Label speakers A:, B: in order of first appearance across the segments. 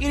A: It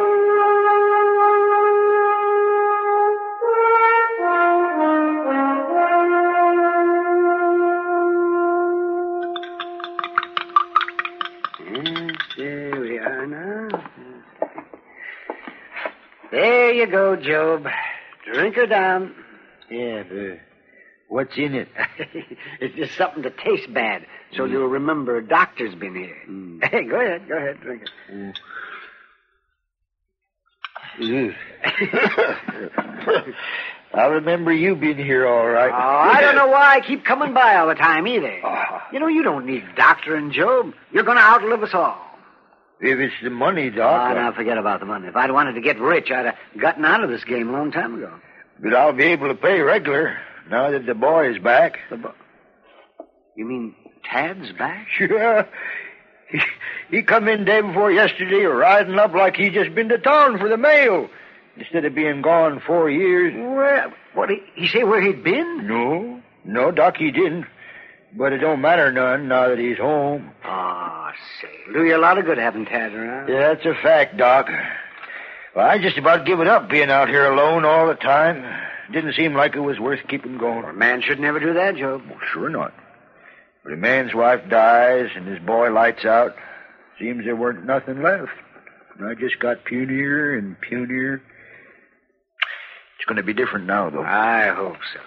B: Yes, there we are now. There you go, Job. Drink her down. Yeah, but what's in it? Mm. it's just something that tastes bad, so you'll remember a doctor's been here. Hey, go ahead, go ahead, drink it.
C: Mm. I remember you being here all right.
B: Oh, I don't know why I keep coming by all the time either.
C: Uh-huh.
B: You know, you don't need doctoring, Job. You're going to outlive us all.
C: If it's the money,
B: Oh,
C: Doc,
B: now forget about the money. If I'd wanted to get rich, I'd have gotten out of this game a long time ago.
C: but I'll be able to pay regular now that the boy is back.
B: The bo- you mean Tad's back?
C: Sure. He, he come in day before yesterday riding up like he just been to town for the mail instead of being gone four years.
B: Where? What? He, he say where he'd been?
C: No, no, Doc, he didn't. But it don't matter none now that he's home.
B: Ah, say, do you a lot of good having Tad around.
C: Yeah, that's a fact, Doc. Well, I just about given up being out here alone all the time. Didn't seem like it was worth keeping going.
B: A man should never do that, Job.
C: Well, sure not. But a man's wife dies and his boy lights out. Seems there weren't nothing left. And I just got punier and punier. It's going to be different now, though.
B: I hope so.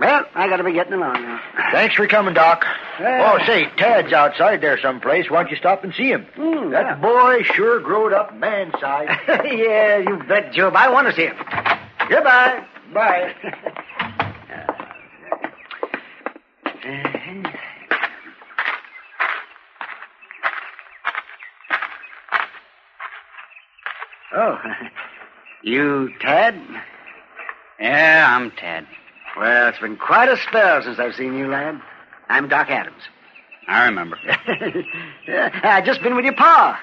B: Well, I gotta be getting along now.
C: Thanks for coming, Doc.
B: Yeah.
C: Oh, say, Tad's outside there someplace. Why don't you stop and see him? that
B: Hmm, yeah.
C: boy sure growed up man size.
B: yeah, you bet, Job. I want to see him. Goodbye. Bye. oh, you Tad? Yeah, I'm Tad. Well, it's been quite a spell since I've seen you, lad. I'm Doc Adams.
D: I remember.
B: Yeah, I just been with your pa.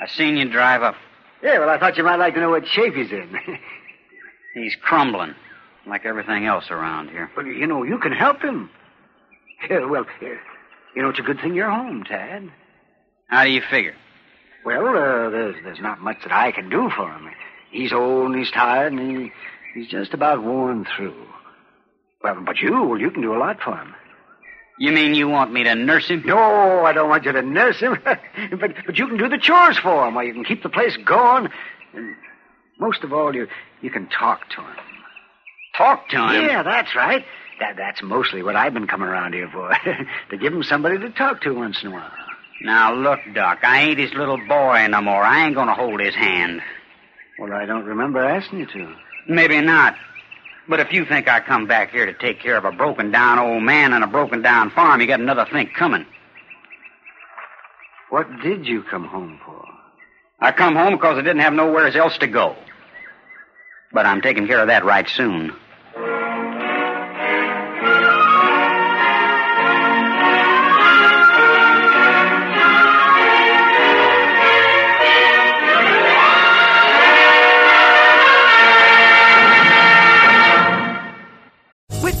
D: I seen you drive up.
B: Yeah, well, I thought you might like to know what shape he's in.
D: He's crumbling, like everything else around here.
B: well, you know, you can help him. Yeah, well, uh, you know, it's a good thing you're home, Tad.
D: How do you figure?
B: Well, uh, there's there's not much that I can do for him. He's old and he's tired and he he's just about worn through. Well, but you, well, you can do a lot for him.
D: You mean you want me to nurse him?
B: No, I don't want you to nurse him. but but you can do the chores for him, or you can keep the place going. And most of all, you you can talk to him.
D: Talk to him?
B: Yeah, that's right. That that's mostly what I've been coming around here for. to give him somebody to talk to once in a while.
D: Now, look, Doc, I ain't his little boy no more. I ain't gonna hold his hand.
B: Well, I don't remember asking you to.
D: Maybe not. But if you think I come back here to take care of a broken down old man and a broken down farm, you got another thing coming.
B: What did you come home for?
D: I come home because I didn't have nowhere else to go. But I'm taking care of that right soon.
E: With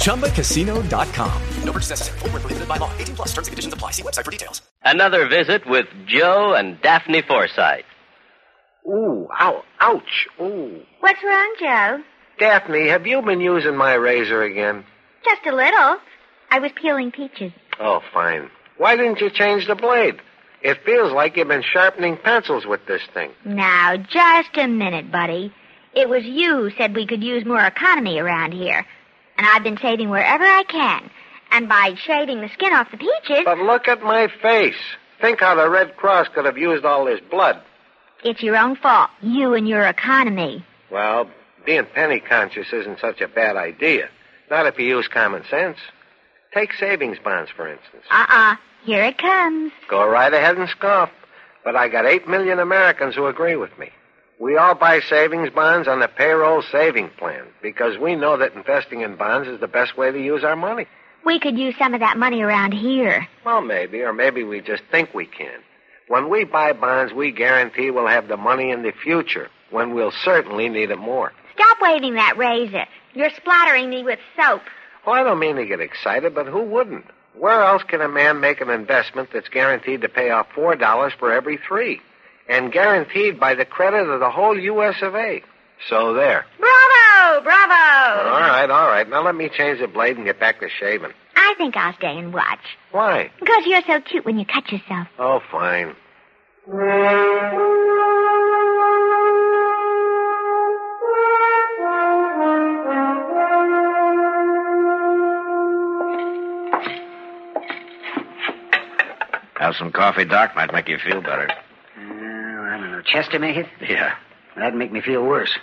F: ChumbaCasino.com.
G: No purchase necessary. Void where prohibited by law. 18 plus terms and conditions apply. See website for details.
H: Another visit with Joe and Daphne Forsythe.
I: Ooh, ow, ouch, ooh.
J: What's wrong, Joe?
I: Daphne, have you been using my razor again?
J: Just a little. I was peeling peaches.
I: Oh, fine. Why didn't you change the blade? It feels like you've been sharpening pencils with this thing.
J: Now, just a minute, buddy. It was you said we could use more economy around here. And I've been saving wherever I can. And by shaving the skin off the peaches,
I: But look at my face. Think how the Red Cross could have used all this blood.
J: it's your own fault. You and your economy.
I: Well, being penny conscious isn't such a bad idea. Not if you use common sense. Take savings bonds, for instance.
J: Uh-uh. Here it comes.
I: Go right ahead and scoff. But I got eight million Americans who agree with me. We all buy savings bonds on the payroll saving plan because we know that investing in bonds is the best way to use our money.
J: We could use some of that money around here.
I: Well, maybe, or maybe we just think we can. When we buy bonds, we guarantee we'll have the money in the future when we'll certainly need it more.
J: Stop waving that razor. You're splattering me with soap.
I: Well, I don't mean to get excited, but who wouldn't? Where else can a man make an investment that's guaranteed to pay off four dollars for every three, and guaranteed by the credit of the whole U.S. of A? So there.
J: Bravo! Bravo!
I: All right, all right. Now let me change the blade and get back to shaving.
J: I think I'll stay and watch.
I: Why?
J: Because you're so cute when you cut yourself.
I: Oh, fine.
K: Have some coffee, Doc. Might make you feel better.
B: Oh, I don't know. Chester make it?
K: Yeah.
B: That'd make me feel worse.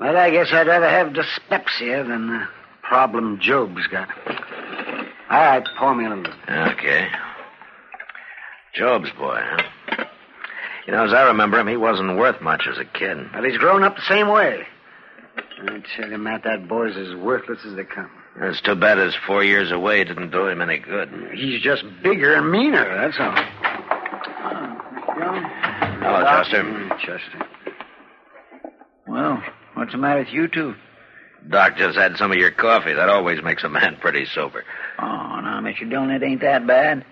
B: Well, I guess I'd rather have dyspepsia than the problem Job's got. All right, pour me a little.
K: Okay. Job's boy, huh? You know, as I remember him, he wasn't worth much as a kid.
B: But he's grown up the same way. I tell you, Matt, that boy's as worthless as they come.
K: It's too bad his four years away didn't do him any good.
B: He's just bigger and meaner, that's all.
K: Hello, Chester.
B: Chester. Well, what's the matter with you two?
K: Doc just had some of your coffee. That always makes a man pretty sober.
L: Oh, no, Mr. Dillon, it ain't that bad.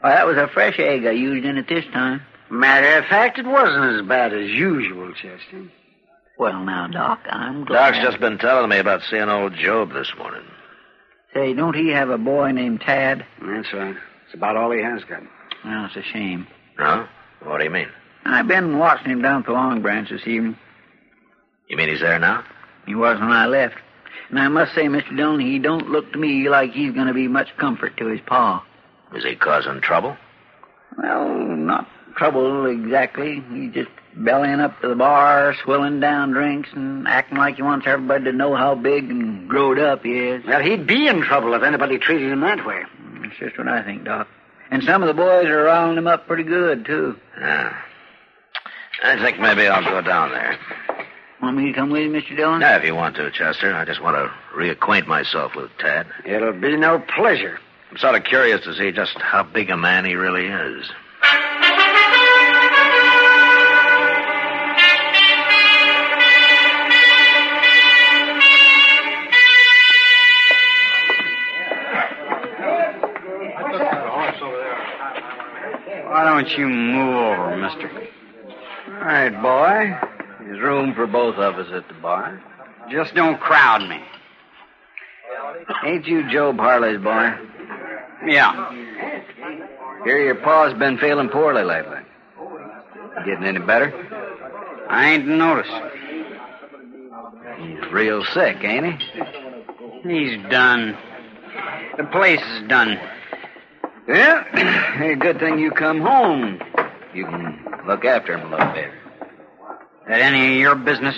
L: Why, that was a fresh egg I used in it this time.
B: Matter of fact, it wasn't as bad as usual, Chester.
L: Well, now, Doc, I'm glad.
K: Doc's just been telling me about seeing old Job this morning.
L: Say, don't he have a boy named Tad?
B: That's right. It's about all he has got.
L: Well, it's a shame.
K: Huh? What do you mean?
L: I've been watching him down at the Long Branch this evening.
K: You mean he's there now?
L: He was when I left. And I must say, Mr. Dillon, he don't look to me like he's going to be much comfort to his pa.
K: Is he causing trouble?
L: Well, not trouble exactly. He's just bellying up to the bar, swilling down drinks, and acting like he wants everybody to know how big and growed up he is.
B: Well, he'd be in trouble if anybody treated him that way.
L: That's just what I think, Doc. And some of the boys are riling him up pretty good, too.
K: Yeah. I think maybe I'll go down there.
L: Want me to come with you, Mr. Dillon?
K: Yeah, if you want to, Chester. I just want to reacquaint myself with Tad.
B: It'll be no pleasure.
K: I'm sort of curious to see just how big a man he really is.
D: Why don't you move over, mister?
B: All right, boy.
D: There's room for both of us at the bar. Just don't crowd me.
L: Ain't you Job Harley's boy?
D: Yeah.
L: Hear your pa's been feeling poorly lately. Getting any better?
D: I ain't noticed.
L: He's real sick, ain't he?
D: He's done. The place is done.
L: Yeah. Hey, good thing you come home. You can look after him a little bit.
D: That any of your business?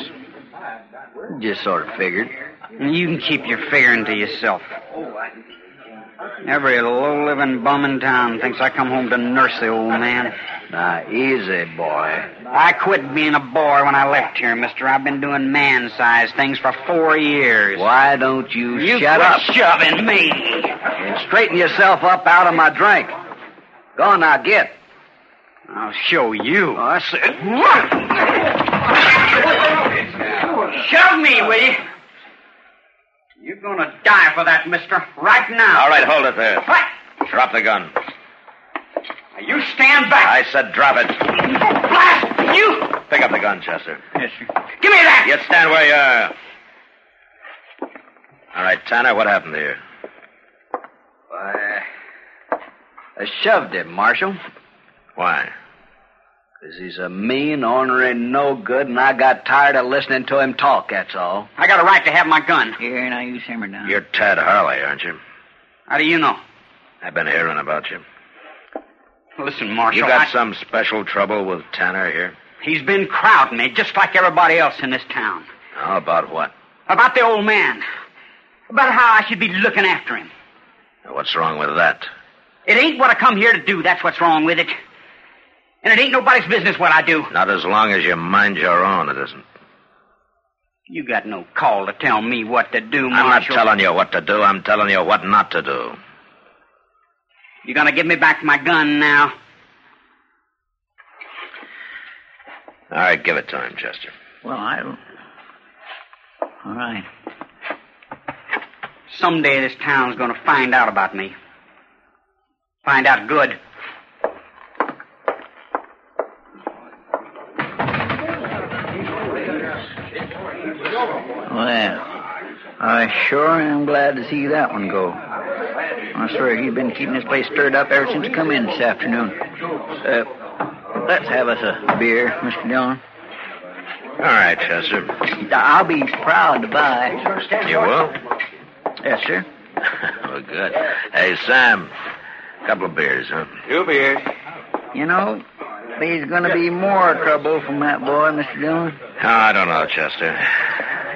L: Just sort of figured.
D: You can keep your figuring to yourself. Every low living bum in town thinks I come home to nurse the old man.
L: Now, easy, boy.
D: I quit being a boy when I left here, mister. I've been doing man sized things for four years.
L: Why don't you,
D: You
L: shut
D: quit
L: up
D: shoving me.
L: and straighten yourself up out of my drink? Go on now, get. Oh,
D: I'll show you.
L: I said.
D: Shove me, will you? You're gonna die for that, mister. Right now.
K: All right, hold it there.
D: What?
K: Drop the gun.
D: You stand back.
K: I said drop it.
D: Blast you!
K: Pick up the gun, Chester.
D: Yes, sir. Give me that!
K: You stand where you are. All right, Tanner, what happened to you?
L: Why, I shoved him, Marshal.
K: Why?
L: Because he's a mean, ornery, no good, and I got tired of listening to him talk, that's all.
D: I got a right to have my gun.
L: Here, now you simmer down.
K: You're Tad Harley, aren't you?
D: How do you know?
K: I've been hearing about you.
D: Listen, Marshal.
K: You got
D: I-
K: some special trouble with Tanner here?
D: He's been crowding me just like everybody else in this town.
K: How about what?
D: About the old man. About how I should be looking after him.
K: What's wrong with that?
D: It ain't what I come here to do. That's what's wrong with it. And it ain't nobody's business what I do.
K: Not as long as you mind your own, it isn't.
D: You got no call to tell me what to do,
K: I'm not
D: Marshal.
K: telling you what to do. I'm telling you what not to do.
D: You gonna give me back my gun now?
K: All right, give it to him, Chester.
L: Well, I don't. All right.
D: Someday this town's gonna find out about me. Find out good.
L: Well, I sure am glad to see that one go. I swear he's been keeping this place stirred up ever since he come in this afternoon. Uh, let's have us a beer, Mr. Dillon.
K: All right, Chester.
L: I'll be proud to buy.
K: You will?
L: Yes, sir.
K: oh, good. Hey, Sam. Couple of beers, huh?
I: Two beers.
L: You know, there's going to be more trouble from that boy, Mr. Dillon.
K: Oh, I don't know, Chester.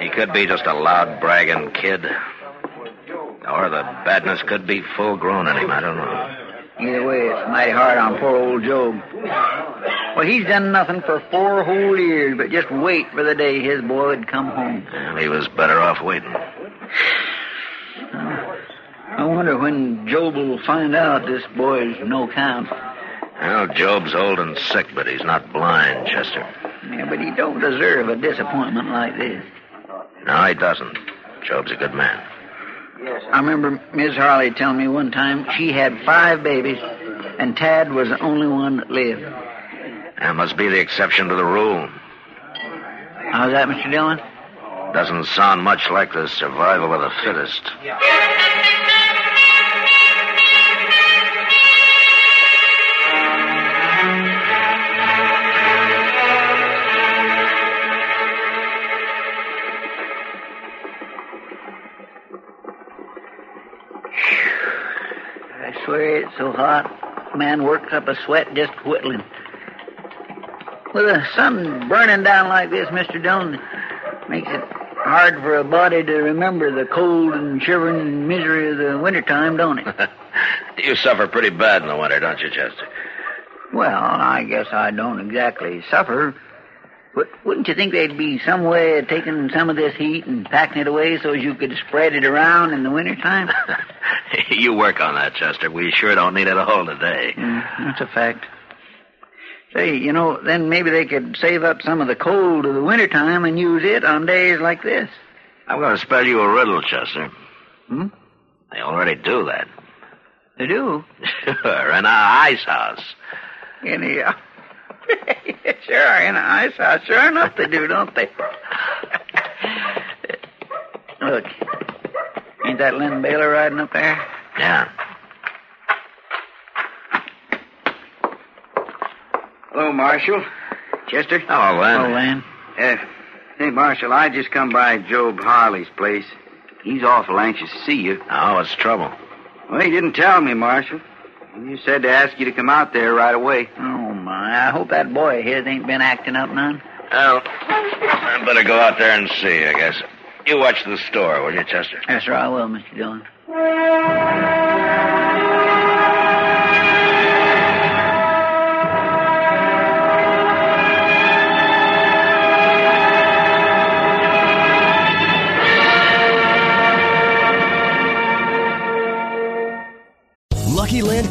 K: He could be just a loud, bragging kid. Or the badness could be full grown in him. I don't know.
L: Either way, it's mighty hard on poor old Job. Well, he's done nothing for four whole years, but just wait for the day his boy would come home.
K: Well, he was better off waiting.
L: I wonder when Job will find out this boy's no count.
K: Well, Job's old and sick, but he's not blind, Chester.
L: Yeah, but he don't deserve a disappointment like this.
K: No, he doesn't. Job's a good man.
L: I remember Miss Harley telling me one time she had five babies, and Tad was the only one that lived.
K: That must be the exception to the rule.
L: How's that, Mr. Dillon?
K: Doesn't sound much like the survival of the fittest.
L: I swear it's so hot. Man works up a sweat just whittling. With the sun burning down like this, Mr. Dillon, makes it hard for a body to remember the cold and shivering misery of the wintertime, don't it?
K: You suffer pretty bad in the winter, don't you, Chester?
L: well, I guess I don't exactly suffer. But wouldn't you think there'd be some way of taking some of this heat and packing it away so as you could spread it around in the wintertime?
K: you work on that, Chester. We sure don't need it all today.
L: That's a fact. Say, you know, then maybe they could save up some of the cold of the wintertime and use it on days like this.
K: I'm going to spell you a riddle, Chester.
L: Hmm?
K: They already do that.
L: They do?
K: Sure, in our ice house.
L: In the, uh, sure, in the ice house. Sure enough they do, don't they? Look, ain't that Lynn Baylor riding up there?
K: Yeah.
M: Hello, Marshal. Chester?
L: Oh,
K: Hello, Len.
L: Hello, Len.
M: Uh, hey, Marshal, I just come by Job Harley's place. He's awful anxious to see you.
K: Oh, what's trouble?
M: Well, he didn't tell me, Marshal. He said to ask you to come out there right away.
L: Oh, my. I hope that boy of his ain't been acting up none.
K: Well, I better go out there and see, I guess. You watch the store, will you, Chester?
L: Yes, sir, I will, Mr. Dillon.
N: Lucky Land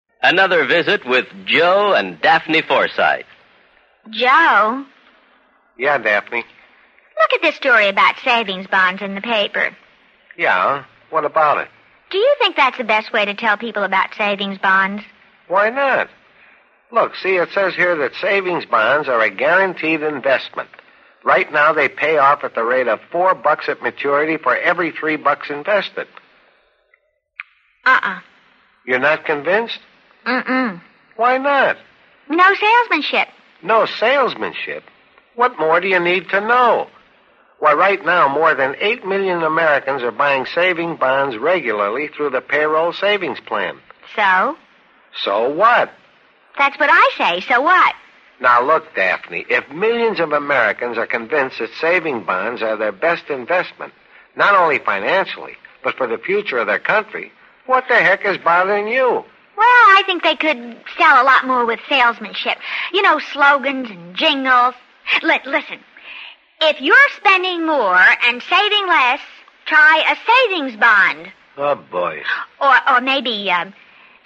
H: Another visit with Joe and Daphne Forsythe.
J: Joe,
I: Yeah, Daphne.
J: look at this story about savings bonds in the paper.
I: Yeah? What about it?
J: Do you think that's the best way to tell people about savings bonds?
I: Why not? Look, see, it says here that savings bonds are a guaranteed investment. Right now, they pay off at the rate of four bucks at maturity for every three bucks invested.
J: Uh-uh.
I: You're not convinced?
J: Mm-mm.
I: Why not?
J: No salesmanship.
I: No salesmanship. What more do you need to know? Why, right now, more than 8 million Americans are buying saving bonds regularly through the payroll savings plan.
J: So?
I: So what?
J: That's what I say. So what?
I: Now, look, Daphne, if millions of Americans are convinced that saving bonds are their best investment, not only financially, but for the future of their country, what the heck is bothering you?
J: Well, I think they could sell a lot more with salesmanship. You know, slogans and jingles. Let, listen, if you're spending more and saving less, try a savings bond.
I: Oh, boy.
J: Or, or maybe um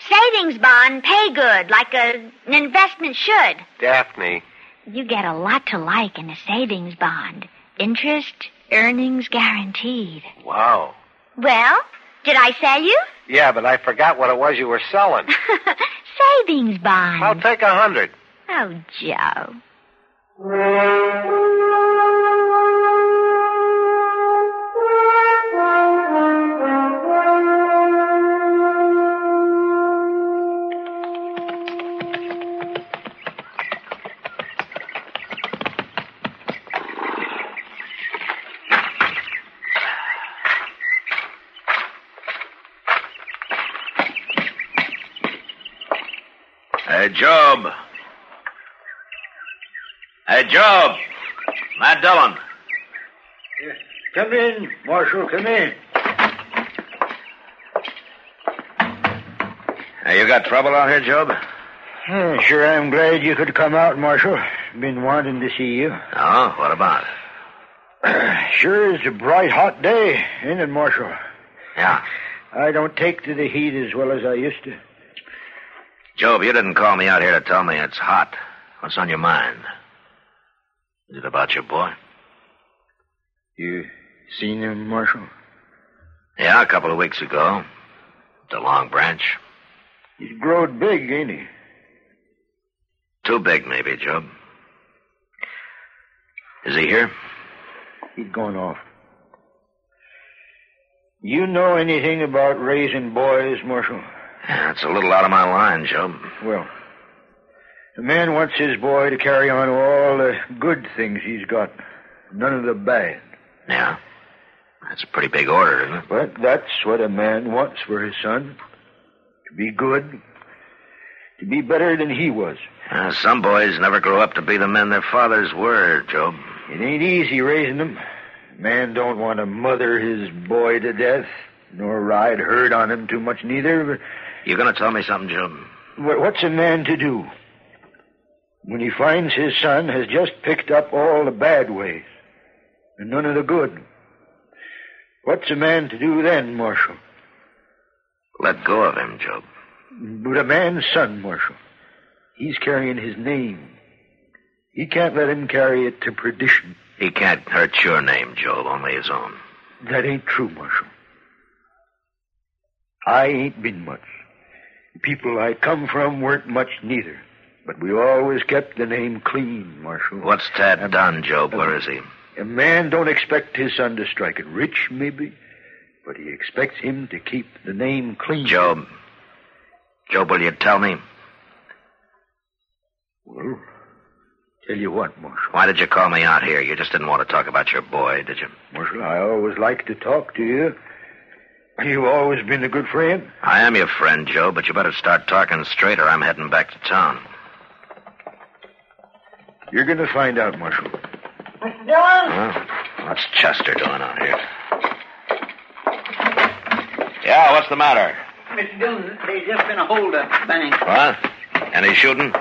J: savings bond pay good like a, an investment should.
I: Daphne.
J: You get a lot to like in a savings bond. Interest, earnings guaranteed.
I: Wow.
J: Well, did I sell you?
I: Yeah, but I forgot what it was you were selling.
J: Savings bond.
I: I'll take a hundred.
J: Oh, Joe.
K: Hey, Job. Hey, Job. Matt Dillon.
C: Come in, Marshal, come in.
K: Hey, you got trouble out here, Job?
C: Hmm, sure, I'm glad you could come out, Marshal. Been wanting to see you.
K: Oh, what about?
C: Sure is a bright, hot day, ain't it, Marshal?
K: Yeah.
C: I don't take to the heat as well as I used to.
K: Job, you didn't call me out here to tell me it's hot. What's on your mind? Is it about your boy?
C: You seen him, Marshal?
K: Yeah, a couple of weeks ago. At the Long Branch.
C: He's growed big, ain't he?
K: Too big, maybe, Job. Is he here?
C: He's gone off. You know anything about raising boys, Marshal?
K: Yeah, it's a little out of my line, Job.
C: Well, the man wants his boy to carry on all the good things he's got, none of the bad.
K: Yeah. That's a pretty big order, isn't it?
C: But that's what a man wants for his son to be good, to be better than he was.
K: Uh, some boys never grow up to be the men their fathers were, Job.
C: It ain't easy raising them. Man don't want to mother his boy to death, nor ride herd on him too much neither.
K: You're going to tell me something, Job?
C: But what's a man to do when he finds his son has just picked up all the bad ways and none of the good? What's a man to do then, Marshal?
K: Let go of him, Job.
C: But a man's son, Marshal, he's carrying his name. He can't let him carry it to perdition.
K: He can't hurt your name, Job, only his own.
C: That ain't true, Marshal. I ain't been much. The people I come from weren't much neither. But we always kept the name clean, Marshal.
K: What's Tad done, Job? Where is he?
C: A man don't expect his son to strike it rich, maybe, but he expects him to keep the name clean.
K: Job. Job, will you tell me?
C: Well, tell you what, Marshal.
K: Why did you call me out here? You just didn't want to talk about your boy, did you?
C: Marshal, I always like to talk to you. You've always been a good friend.
K: I am your friend, Joe, but you better start talking straight or I'm heading back to town.
C: You're going to find out, Marshal.
B: Mr. Dillon?
K: Huh? What's Chester doing out here? Yeah, what's the matter?
M: Mr. Dillon, there's just been a holdup at the bank.
K: What? Any shooting?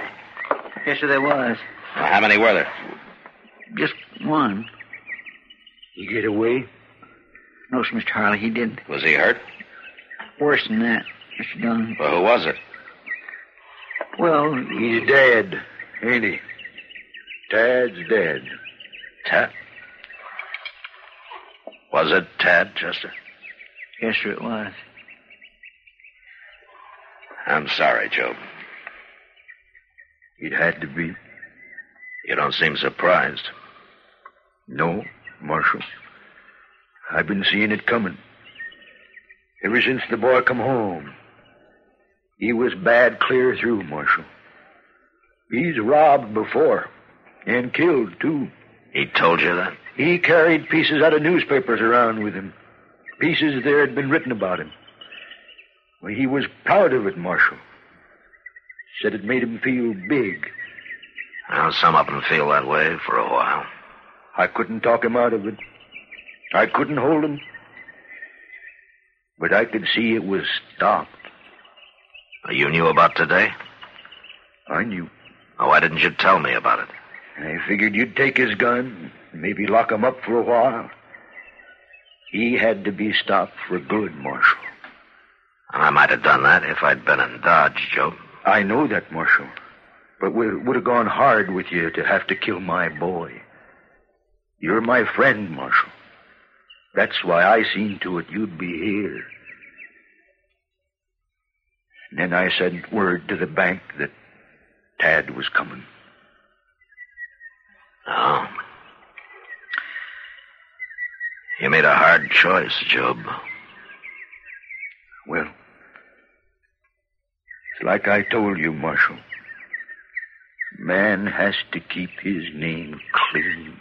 M: Yes, sir, there was.
K: Well, how many were there?
M: Just one.
C: He get away?
M: No, sir, Mr. Harley, he didn't.
K: Was he hurt?
M: Worse than that, Mr. Dillon.
K: Well, who was it?
M: Well,
C: He's dead, ain't he? Tad's dead.
K: Tad? Was it Tad, Chester?
M: yes, sir, it was.
K: I'm sorry, Job.
C: It had to be.
K: You don't seem surprised.
C: No, Marshal. I've been seeing it coming. Ever since the boy come home. He was bad clear through, Marshal. He's robbed before. And killed, too.
K: He told you that?
C: He carried pieces out of newspapers around with him. Pieces there had been written about him. Well, he was proud of it, Marshal. Said it made him feel big.
K: Well, some of them feel that way for a while.
C: I couldn't talk him out of it. I couldn't hold him. But I could see it was stopped.
K: Uh, You knew about today?
C: I knew.
K: Oh, why didn't you tell me about it?
C: I figured you'd take his gun, maybe lock him up for a while. He had to be stopped for good, Marshal.
K: I might have done that if I'd been in Dodge, Job.
C: I know that, Marshal. But it would have gone hard with you to have to kill my boy. You're my friend, Marshal. That's why I seen to it you'd be here. And then I sent word to the bank that Tad was coming.
K: No. You made a hard choice, Job.
C: Well, it's like I told you, Marshal. Man has to keep his name clean.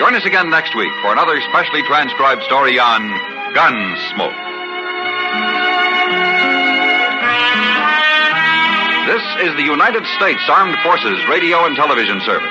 O: Join us again next week for another specially transcribed story on Gunsmoke. This is the United States Armed Forces Radio and Television Service.